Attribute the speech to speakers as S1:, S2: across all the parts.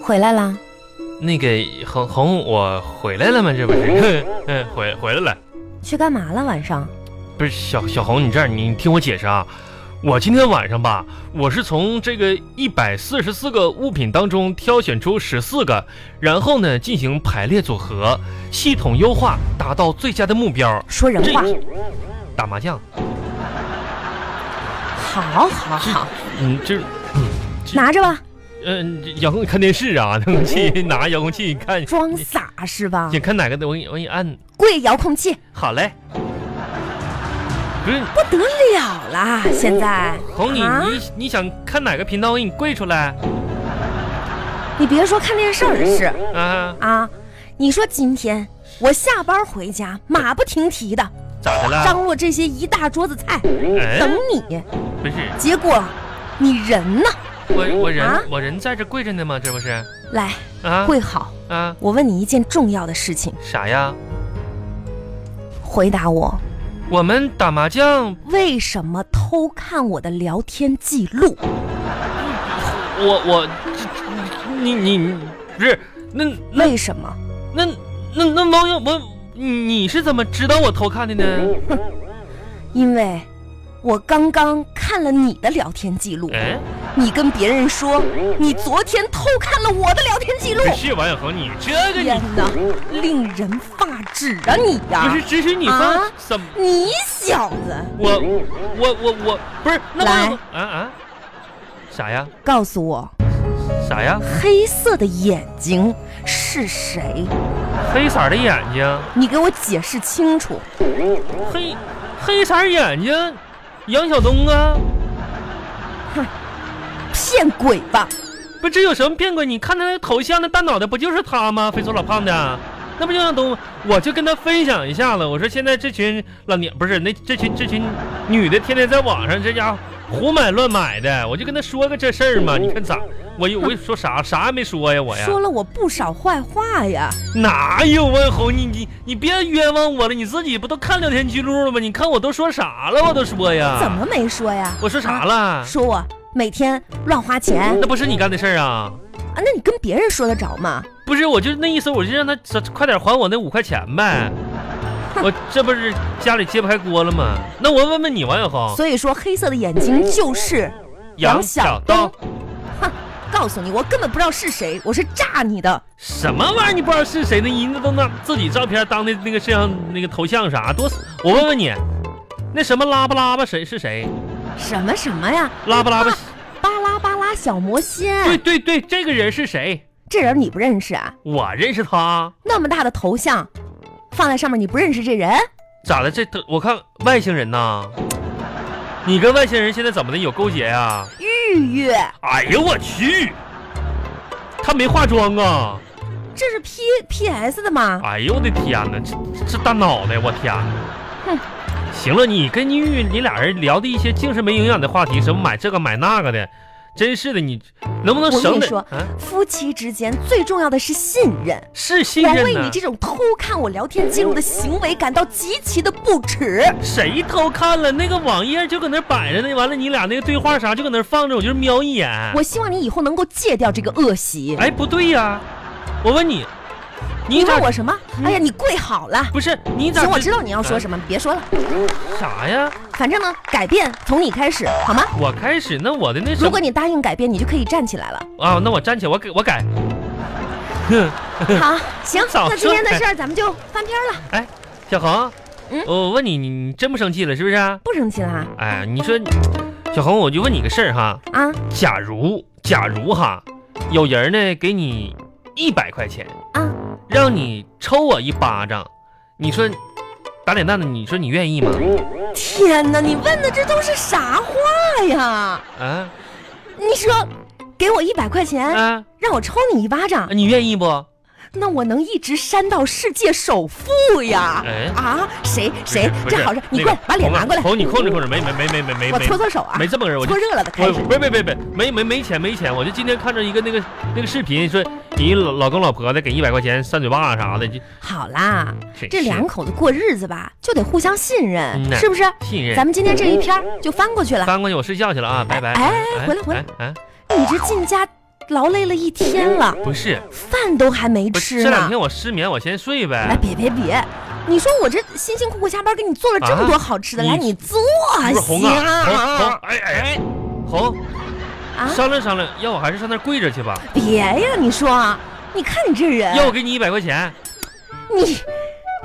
S1: 回来啦？
S2: 那个红红，我回来了吗？这不是， 嗯，回回来了。
S1: 去干嘛了？晚上？
S2: 不是小小红，你这样，你听我解释啊。我今天晚上吧，我是从这个一百四十四个物品当中挑选出十四个，然后呢进行排列组合，系统优化，达到最佳的目标。呃
S1: 说人话。
S2: 打麻将，
S1: 好好好，
S2: 嗯，这，
S1: 拿着吧，
S2: 嗯、遥控看电视啊，遥控器 拿遥控器看，
S1: 装傻是吧
S2: 你？看哪个的，我给你我给你按。
S1: 跪遥控器，
S2: 好嘞。不是
S1: 不得了啦！现在
S2: 红，你
S1: 啊，
S2: 你你想看哪个频道？我给你跪出来
S1: 你别说看电视儿是
S2: 啊！
S1: 啊，你说今天我下班回家，马不停蹄的
S2: 咋的了？
S1: 张罗这些一大桌子菜
S2: 哎
S1: 等你，
S2: 不是
S1: 结果你人呢？
S2: 我我人、
S1: 啊
S2: 我人在这跪着呢吗？这不是
S1: 来
S2: 啊
S1: 跪好，
S2: 啊
S1: 我问你一件重要的事情，
S2: 啥呀？
S1: 回答我
S2: 我们打麻将，
S1: 为什么偷看我的聊天记录？
S2: 我我这你你你不是那那
S1: 为什么？
S2: 那那那网友我你你是怎么知道我偷看的呢？
S1: 因为我刚刚看了你的聊天记录，
S2: 哎，
S1: 你跟别人说你昨天偷看了我的聊天记录，
S2: 不是王小红，你这个
S1: 天
S2: 你
S1: 哪，令人发指啊你呀、
S2: 不是只许你
S1: 啊
S2: 放怎么？
S1: 你小子，
S2: 我我我我不是那
S1: 来
S2: 网友啊啊啥呀
S1: 告诉我，
S2: 啥呀？
S1: 黑色的眼睛是谁？
S2: 黑色儿的眼睛，
S1: 你给我解释清楚。
S2: 黑黑色儿眼睛，杨晓东啊。
S1: 骗鬼吧！
S2: 不，这有什么变过？你看他那头像，那大脑袋不就是他吗？肥瘦老胖的，那不就像东？我就跟他分享一下子，我说现在这群老娘不是那这群这群女的，天天在网上这家伙胡买乱买的，我就跟他说个这事儿嘛。你看咋？我又我又说啥啥也没说呀，我呀
S1: 说了我不少坏话呀，
S2: 哪有啊红你你你别冤枉我了，你自己不都看聊天记录了吗？你看我都说啥了，我都说呀，
S1: 怎么没说呀？
S2: 我说啥了？
S1: 说我每天乱花钱
S2: 啊那不是你干的事儿啊！
S1: 啊？那你跟别人说得着吗？
S2: 不是，我就那意思，我就让他早快点还我那五块钱呗。我这不是家里揭不开锅了吗？那我问问你，王小红，
S1: 所以说黑色的眼睛就是，杨晓东哼，告诉你，我根本不知道是谁，我是炸你的。
S2: 什么玩意儿？你不知道是谁呢？你那都拿自己照片当的那个摄像那个头像啥？多，我问问你，那什么拉巴拉巴谁是谁？
S1: 什么什么呀？
S2: 拉巴拉巴，
S1: 巴拉巴拉小魔
S2: 对
S1: 仙，
S2: 对对，这个人是谁？
S1: 这人你不认识啊？
S2: 我认识他，
S1: 那么大的头像，放在上面你不认识这人？
S2: 咋的？这他我看外星人呐，你跟外星人现在怎么的有勾结呀、啊
S1: 玉玉，
S2: 哎呀，我去，他没化妆啊！
S1: 这是 P P S 的吗？
S2: 哎呦我的天哪，这这大脑袋，我天哪！
S1: 哼
S2: 行了，你跟玉玉你俩人聊的一些净是没营养的话题，什么买这个买那个的，真是的，你能不
S1: 我
S2: 能
S1: 跟
S2: 省
S1: 你
S2: 点？
S1: 说
S2: 啊，
S1: 夫妻之间最重要的是信任。
S2: 是信
S1: 我
S2: 任
S1: 为你
S2: 呢。
S1: 这种偷看我聊天记录的行为感到极其的不耻。
S2: 哎谁偷看了那个网页就搁那摆着呢？完了，你俩那个对话啥就搁那放着，我就是瞄一眼。
S1: 我希望你以后能够戒掉这个恶习。
S2: 哎，不对呀、我问你，
S1: 你
S2: 你嗯咋
S1: 问我什么？哎呀，你跪好了。
S2: 不是你咋？
S1: 行，我知道你要
S2: 嗯
S1: 说什么，你别说了。
S2: 么。啥呀？
S1: 反正呢，改变从你开始，好吗？
S2: 我开始那我的那什
S1: 如
S2: 么
S1: 果你答应改变，你就可以站起来了。
S2: 啊，那我站起来，我给我改。
S1: 好，行，
S2: 早
S1: 那今天的
S2: 说
S1: 事儿咱们就翻篇了，
S2: 哎，小红，
S1: 嗯
S2: 我问你，你你真不生气了是不是啊？
S1: 不生气了啊
S2: 哎，你说，小红，我就问你个事儿哈，
S1: 啊？
S2: 假如假如哈，有人呢给你一百块钱
S1: 啊，
S2: 让你抽我一巴掌，你说打脸蛋子，你说你愿意吗？
S1: 天哪，你问的这都是啥话呀？
S2: 啊
S1: 你说，给我一百块钱，
S2: 啊，
S1: 让我抽你一巴掌，
S2: 你愿意
S1: 啊
S2: 不？
S1: 那我能一直扇到世界首富呀？
S2: 哎
S1: 啊，谁谁
S2: 不是不是
S1: 这好事，你
S2: 那
S1: 快
S2: 个
S1: 把脸
S2: 红啊
S1: 拿过来，
S2: 红，你控制控制，没没没没没没
S1: 我
S2: 没
S1: 搓搓手啊，
S2: 没这么个人，我就
S1: 搓热了的开
S2: 我
S1: 始。
S2: 哎别别别别，没没没钱没钱，我就今天看着一个那个那个视频，说你老老公老婆的给一百块钱扇嘴巴啥的，就
S1: 好啦，
S2: 真
S1: 这
S2: 是
S1: 两口子过日子吧，就得互相信
S2: 嗯
S1: 任，
S2: 呐
S1: 是不是？
S2: 信任
S1: 咱。们今天这一篇儿就翻过去了。
S2: 翻过去我睡觉去了啊，拜拜。
S1: 哎哎回来回来
S2: 来。哎
S1: 你这进家劳累了一天了，
S2: 不是，
S1: 饭都还没
S2: 不
S1: 吃
S2: 是这两
S1: 呢。
S2: 天我失眠，我先睡
S1: 哎，
S2: 呗。
S1: 别别别，你说我这辛辛苦苦下班给你做了这么多好吃的，
S2: 啊
S1: 来你做
S2: 不是红
S1: 哎行
S2: 啊，红红
S1: 啊，
S2: 哎哎，红，
S1: 啊，
S2: 商量商量，要我还是上那儿跪着去吧？
S1: 别呀，你说啊，你看你这人，
S2: 要我给你一百块钱？
S1: 你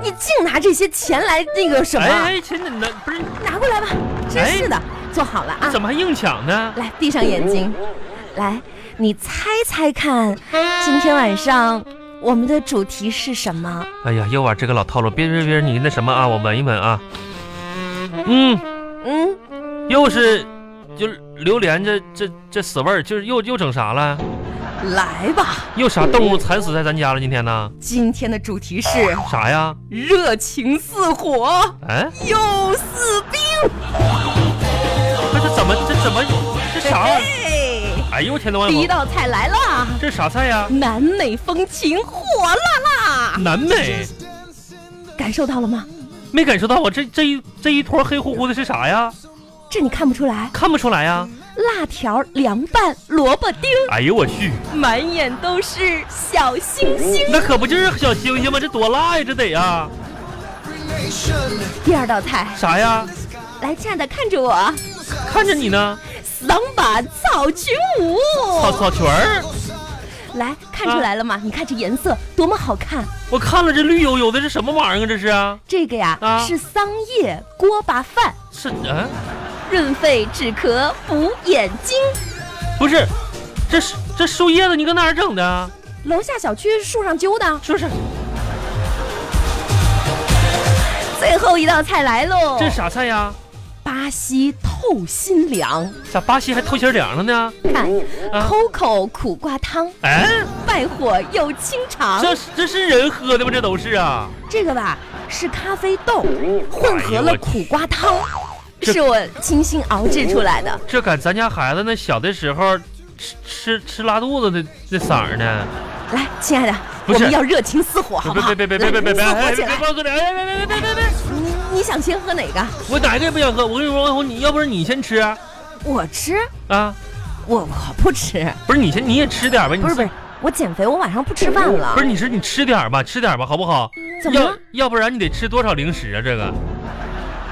S1: 你净拿这些钱来那个什么，啊
S2: 哎哎，亲的，那不是
S1: 拿过来吧，真是的，坐好了啊
S2: 怎，么还硬抢呢？
S1: 来闭上眼睛，来，你猜猜看，今天晚上我们的主题是什么？
S2: 哎呀，又玩这个老套路，别别别，你那什么啊，我闻一闻啊。嗯，
S1: 嗯，
S2: 又是，就是榴莲这这这死味儿，就是又又整啥了？
S1: 来吧，
S2: 又啥动物惨死在咱家了？今天呢？
S1: 今天的主题是
S2: 啥呀？
S1: 热情似火，
S2: 哎，
S1: 又似冰。
S2: 这这怎么这怎么这啥玩意儿？
S1: 嘿
S2: 哎呦我天呐，我
S1: 第一道菜来了，
S2: 这啥菜呀？
S1: 南美风情火辣辣，
S2: 南美
S1: 感受到了吗？
S2: 没感受到我这这一这一坨黑乎乎的是啥呀？
S1: 这你看不出来，
S2: 看不出来呀！
S1: 辣条、凉拌、萝卜丁，
S2: 哎呦我去，
S1: 满眼都是小星星。
S2: 那可不就是小星星吗？这多辣呀，这得呀！
S1: 第二道菜，
S2: 啥呀？
S1: 来，亲爱的，看着我，
S2: 看着你呢，
S1: 桑巴草裙舞。
S2: 草啊草裙儿，
S1: 来看出来了吗？你看这颜色多么好看！
S2: 我看了这绿油油的，这什么玩意儿啊？这是啊？
S1: 这个呀、
S2: 啊
S1: 是桑叶锅巴饭，
S2: 是嗯，
S1: 润肺止咳补眼睛。
S2: 不是，这是这树叶子你搁哪儿整的啊？
S1: 楼下小区树上揪的。
S2: 是不是？
S1: 最后一道菜来喽，
S2: 这是啥菜呀？
S1: 巴西透心凉，
S2: 咋巴西还透心凉了呢？
S1: 看、
S2: 啊
S1: c o c o 苦瓜汤，
S2: 哎，
S1: 败火又清肠。
S2: 这这是人喝的吗？这都是啊？
S1: 这个吧是咖啡豆
S2: 哎
S1: 混合了苦瓜汤，
S2: 这
S1: 是我精心熬制出来的。
S2: 这赶咱家孩子那小的时候吃吃吃拉肚子的那色儿呢？
S1: 来，亲爱的，
S2: 不
S1: 我
S2: 是
S1: 们要热情似火，好不好？
S2: 别别别别别别别别
S1: 来你火
S2: 别
S1: 起
S2: 别
S1: 来！
S2: 放嘴哎别别别别别别！
S1: 你你想先喝哪个？
S2: 我哪个也不想喝，我跟你说，王红，你要不是你先吃啊？
S1: 我吃，
S2: 啊，
S1: 我我不吃，
S2: 不是你先你也吃点吧？你
S1: 不是不是，我减肥，我晚上不吃饭了
S2: 不。是，你说你吃点儿吧，吃点儿吧，好不好？
S1: 怎么
S2: 要
S1: 了？
S2: 要不然你得吃多少零食啊？这个，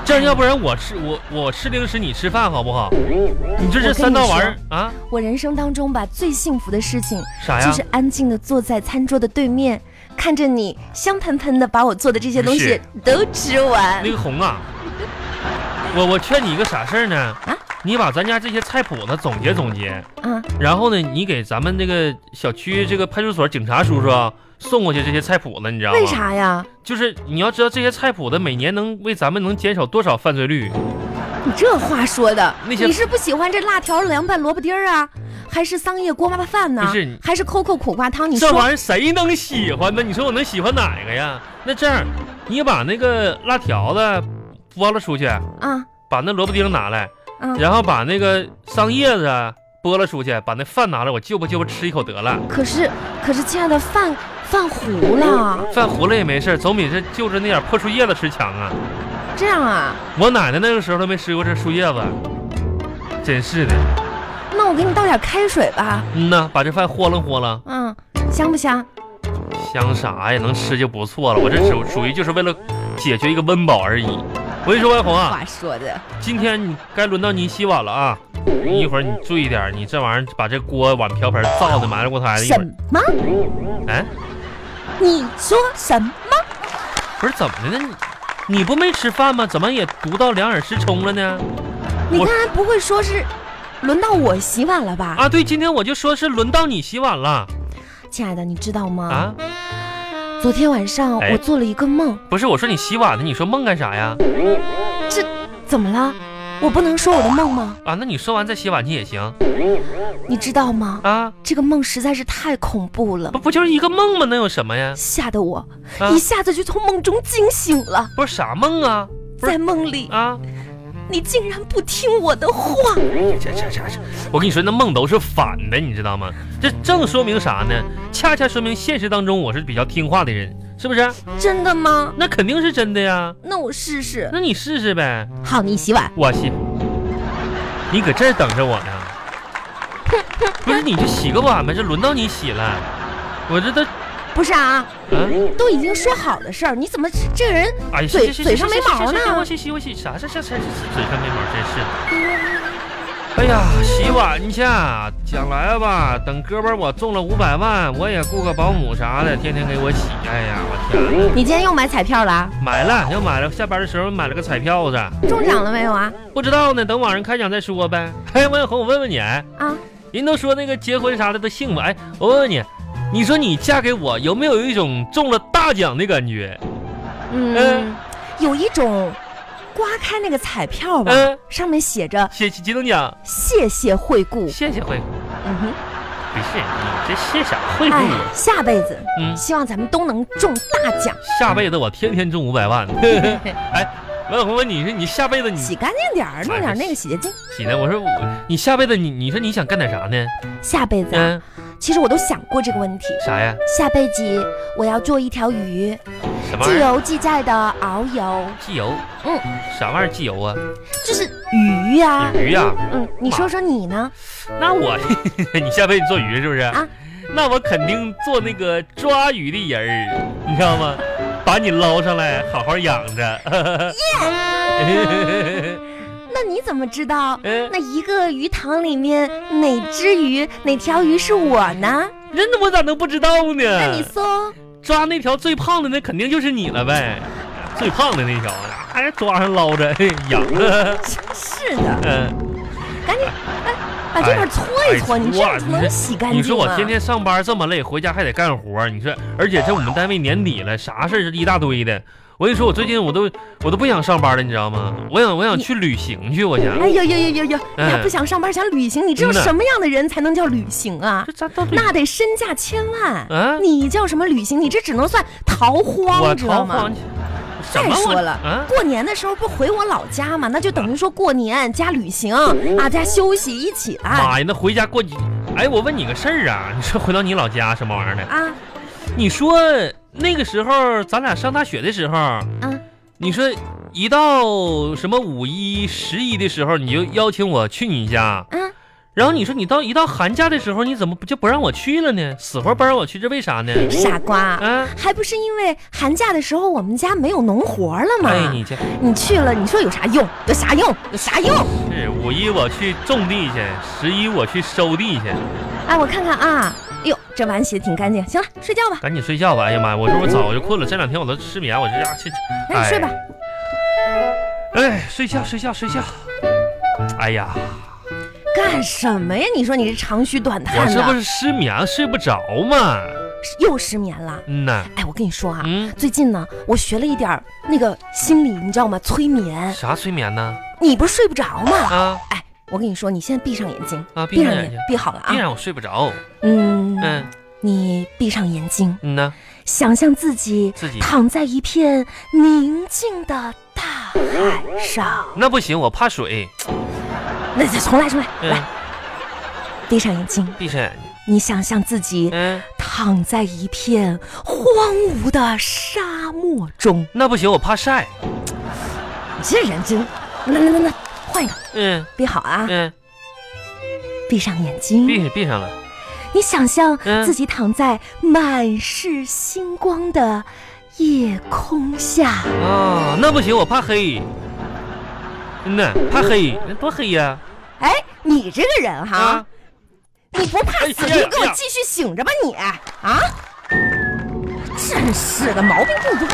S2: 这样要不然我吃我我吃零食，你吃饭好不好？你这
S1: 我
S2: 这
S1: 跟
S2: 三道
S1: 你
S2: 玩意儿啊，
S1: 我人生当中吧，最幸福的事情
S2: 啥呀
S1: 就是安静的坐在餐桌的对面，看着你香喷喷的把我做的这些东
S2: 不
S1: 西
S2: 是
S1: 都吃完
S2: 那。个红啊，我我劝你一个啥事儿呢？
S1: 啊
S2: 你把咱家这些菜谱子总结总结，
S1: 啊，
S2: 然后呢，你给咱们这个小区这个派出所警察叔叔啊送过去这些菜谱子，你知道吗？
S1: 为？啥呀？
S2: 就是你要知道这些菜谱子每年能为咱们能减少多少犯罪率。
S1: 你这话说的，
S2: 那些
S1: 你是不喜欢这辣条凉拌萝卜丁儿啊，还是桑叶锅巴饭呢？
S2: 不是你
S1: 还是 COCO 苦瓜汤？你
S2: 这
S1: 说
S2: 玩意儿谁能喜欢呢？你说我能喜欢哪个呀？那这样，你把那个辣条子剥了出去，
S1: 啊
S2: 把那萝卜丁拿来，
S1: 啊，
S2: 然后把那个桑叶子剥了出去，把那饭拿来，我就吧就吧吃一口得了。
S1: 可是可是，亲爱的，饭饭糊了，
S2: 饭糊了也没事儿，总比这就着那点破树叶子吃强啊！
S1: 这样啊？
S2: 我奶奶那个时候都没吃过这树叶子，真是的。
S1: 那我给你倒点开水吧，
S2: 嗯呐，把这饭豁楞豁楞，
S1: 嗯，香不香？
S2: 香啥呀？能吃就不错了。我这属属于就是为了解决一个温饱而已。我跟你说，万红啊，
S1: 话说的，
S2: 今天你该轮到你洗碗了啊！你一会儿你注意点儿，你这玩意儿把这锅碗瓢盆造的埋了锅台的，一会
S1: 什
S2: 儿
S1: 么？
S2: 哎，
S1: 你说什么？
S2: 不是怎么的呢？你你不没吃饭吗？怎么也读到两耳失聪了呢？
S1: 你
S2: 我
S1: 刚才不会说是轮到我洗碗了吧？
S2: 啊，对，今天我就说是轮到你洗碗了
S1: 亲爱的，你知道吗？
S2: 啊！
S1: 昨天晚上
S2: 哎
S1: 我做了一个梦，
S2: 不是我说你洗碗呢，你说梦干啥呀？
S1: 怎么了？我不能说我的梦吗？
S2: 啊，那你说完再洗碗去也行
S1: 你知道吗？
S2: 啊？
S1: 这个梦实在是太恐怖了
S2: 不，不就是一个梦吗？能有什么呀？
S1: 吓得我、
S2: 啊
S1: 一下子就从梦中惊醒了。
S2: 不是啥梦啊？不是
S1: 在梦里，
S2: 啊！
S1: 你竟然不听我的话，
S2: 这这这这，我跟你说，那梦都是反的，你知道吗？这正说明啥呢？恰恰说明现实当中我是比较听话的人，是不是？
S1: 真的吗？
S2: 那肯定是真的呀。
S1: 那我试试。
S2: 那你试试呗，
S1: 好，你洗碗。
S2: 我去，你搁这儿等着我呢。不是，你就洗个碗呗，这轮到你洗了。我这都，
S1: 不是啊，
S2: 啊，
S1: 都已经说好的事儿，你怎么这人
S2: 哎呀，
S1: 嘴
S2: 洗洗洗
S1: 嘴上没毛
S2: 洗洗洗我
S1: 呢？
S2: 洗洗我洗啥这这这这嘴上没毛，真是。哎呀，洗碗去，将来吧，等哥们儿我中了五百万，我也雇个保姆啥的，天天给我洗。哎呀，我天啊，
S1: 你今天又买彩票了啊？
S2: 买了又买了，下班的时候买了个彩票子，
S1: 中奖了没有啊？
S2: 不知道呢，等晚上开奖再说呗。哎，王小红，我问问你，哎
S1: 啊，
S2: 人都说那个结婚啥的都幸福，哎，我问问你，你说你嫁给我有没有一种中了大奖的感觉？
S1: 嗯，有一种刮开那个彩票吧，
S2: 嗯，
S1: 上面写着
S2: 谢谢激动奖，
S1: “谢谢惠顾
S2: 谢谢惠顾。”，
S1: 嗯哼，
S2: 不是你这谢啥惠顾
S1: 哎
S2: 啊？，
S1: 下辈子
S2: 嗯，
S1: 希望咱们都能中大奖，
S2: 下辈子我天天中五百 万。哎，王小红问你说你下辈子你
S1: 洗干净点儿，弄点那个洗洁精。
S2: 洗呢？我说我你下辈子你你说你想干点啥呢？
S1: 下辈子啊，
S2: 嗯，
S1: 其实我都想过这个问题，
S2: 啥呀？
S1: 下辈子我要做一条鱼，
S2: 什么玩
S1: 既
S2: 意儿？
S1: 游既在的遨游，
S2: 机油？
S1: 嗯，
S2: 啥玩意儿机油啊？啊
S1: 就是鱼呀、
S2: 鱼呀、
S1: 嗯，你说说你 呢？
S2: 那我你下辈子做鱼是不是？
S1: 啊
S2: 那我肯定做那个抓鱼的人儿，你知道吗？把你捞上来，好好养 着。
S1: 那你怎么知道
S2: 嗯，
S1: 那一个鱼塘里面哪只鱼哪条鱼是我呢？
S2: 人我咋能不知道呢？
S1: 那你 搜，
S2: 抓那条最胖的，那肯定就是你了呗，最胖的那条，哎，抓上捞着 嘿养着，
S1: 是的，
S2: 嗯、
S1: 赶紧把这边搓一搓，
S2: 哎
S1: 你这
S2: 哇
S1: 样才能洗干净啊。
S2: 你说我天天上班这么累，回家还得干活，你说，而且这我们单位年底了，啥事儿一大堆的。我跟你说，我最近我都我都不想上班了，你知道吗？我想我想
S1: 你
S2: 去旅行去，我想。
S1: 哎呦呦呦呦呦，你还
S2: 嗯
S1: 不想上班想旅行？你知道
S2: 真的
S1: 什么样的人才能叫旅行啊
S2: 这？咱到底
S1: 那得身价千万。
S2: 啊？
S1: 你叫什么旅行？你这只能算逃
S2: 我
S1: 荒，知道
S2: 逃
S1: 吗
S2: 荒？去？
S1: 再
S2: 什么我
S1: 说了，
S2: 啊？
S1: 过年的时候不回我老家嘛，那就等于说过年加旅行啊，加休息一起啊来
S2: 哦妈呀，那回家过几？哎，我问你个事儿啊， 你说回到你老家什么玩意儿的？
S1: 啊
S2: 你说那个时候咱俩上大学的时候，
S1: 嗯，
S2: 你说一到什么五一、十一的时候，你就邀请我去你家，
S1: 嗯，
S2: 然后你说你到一到寒假的时候，你怎么不就不让我去了呢？死活不让我去，这为啥呢？
S1: 傻瓜。
S2: 啊，
S1: 还不是因为寒假的时候我们家没有农活了嘛？
S2: 哎，你这
S1: 你去了，你说有啥用？有啥用？有啥用？
S2: 是五一我去种地去，十一我去收地去，
S1: 哎，我看看啊，哎呦，这碗洗的挺干净。行了，睡觉吧。
S2: 赶紧睡觉吧。哎呀妈呀，我这不早就困了，这两天我都失眠，我这家去，
S1: 那你睡吧。
S2: 哎，睡觉睡觉睡觉。哎呀，
S1: 干什么呀？你说你这长吁短
S2: 我
S1: 叹
S2: 这不
S1: 的，
S2: 是失眠睡不着嘛？
S1: 又失眠了。
S2: 嗯呐，
S1: 哎，我跟你说啊，
S2: 嗯，
S1: 最近呢，我学了一点儿那个心理，你知道吗？催眠。
S2: 啥催眠呢？
S1: 你不是睡不着吗？
S2: 啊
S1: 哎，我跟你说，你现在闭上眼睛，
S2: 啊，闭上眼
S1: 眼
S2: 睛
S1: 睛，，闭好了啊
S2: 别。让我睡不着。
S1: 嗯，
S2: 嗯
S1: 你闭上眼睛，
S2: 嗯呐，
S1: 想象自己
S2: 自己
S1: 躺在一片宁静的大海上。
S2: 那不行，我怕水。
S1: 那再重来，重来，
S2: 嗯
S1: 来，，闭上眼睛，
S2: 闭上眼睛。
S1: 你想象自己
S2: 嗯，
S1: 躺在一片荒芜的沙漠中。
S2: 那不行，我怕晒。
S1: 你这人真，那那那那，换一个，
S2: 嗯
S1: 闭好啊，
S2: 嗯，
S1: 闭上眼睛。
S2: 闭闭上了。
S1: 你想象
S2: 嗯
S1: 自己躺在满是星光的夜空下，
S2: 啊，那不行，我怕黑。嗯呐，怕黑，那多黑呀！
S1: 哎，你这个人哈，
S2: 啊，
S1: 你不怕死，
S2: 哎
S1: 你
S2: 呀
S1: 就给我
S2: 呀
S1: 继续醒着吧你啊！真是的，毛病挺多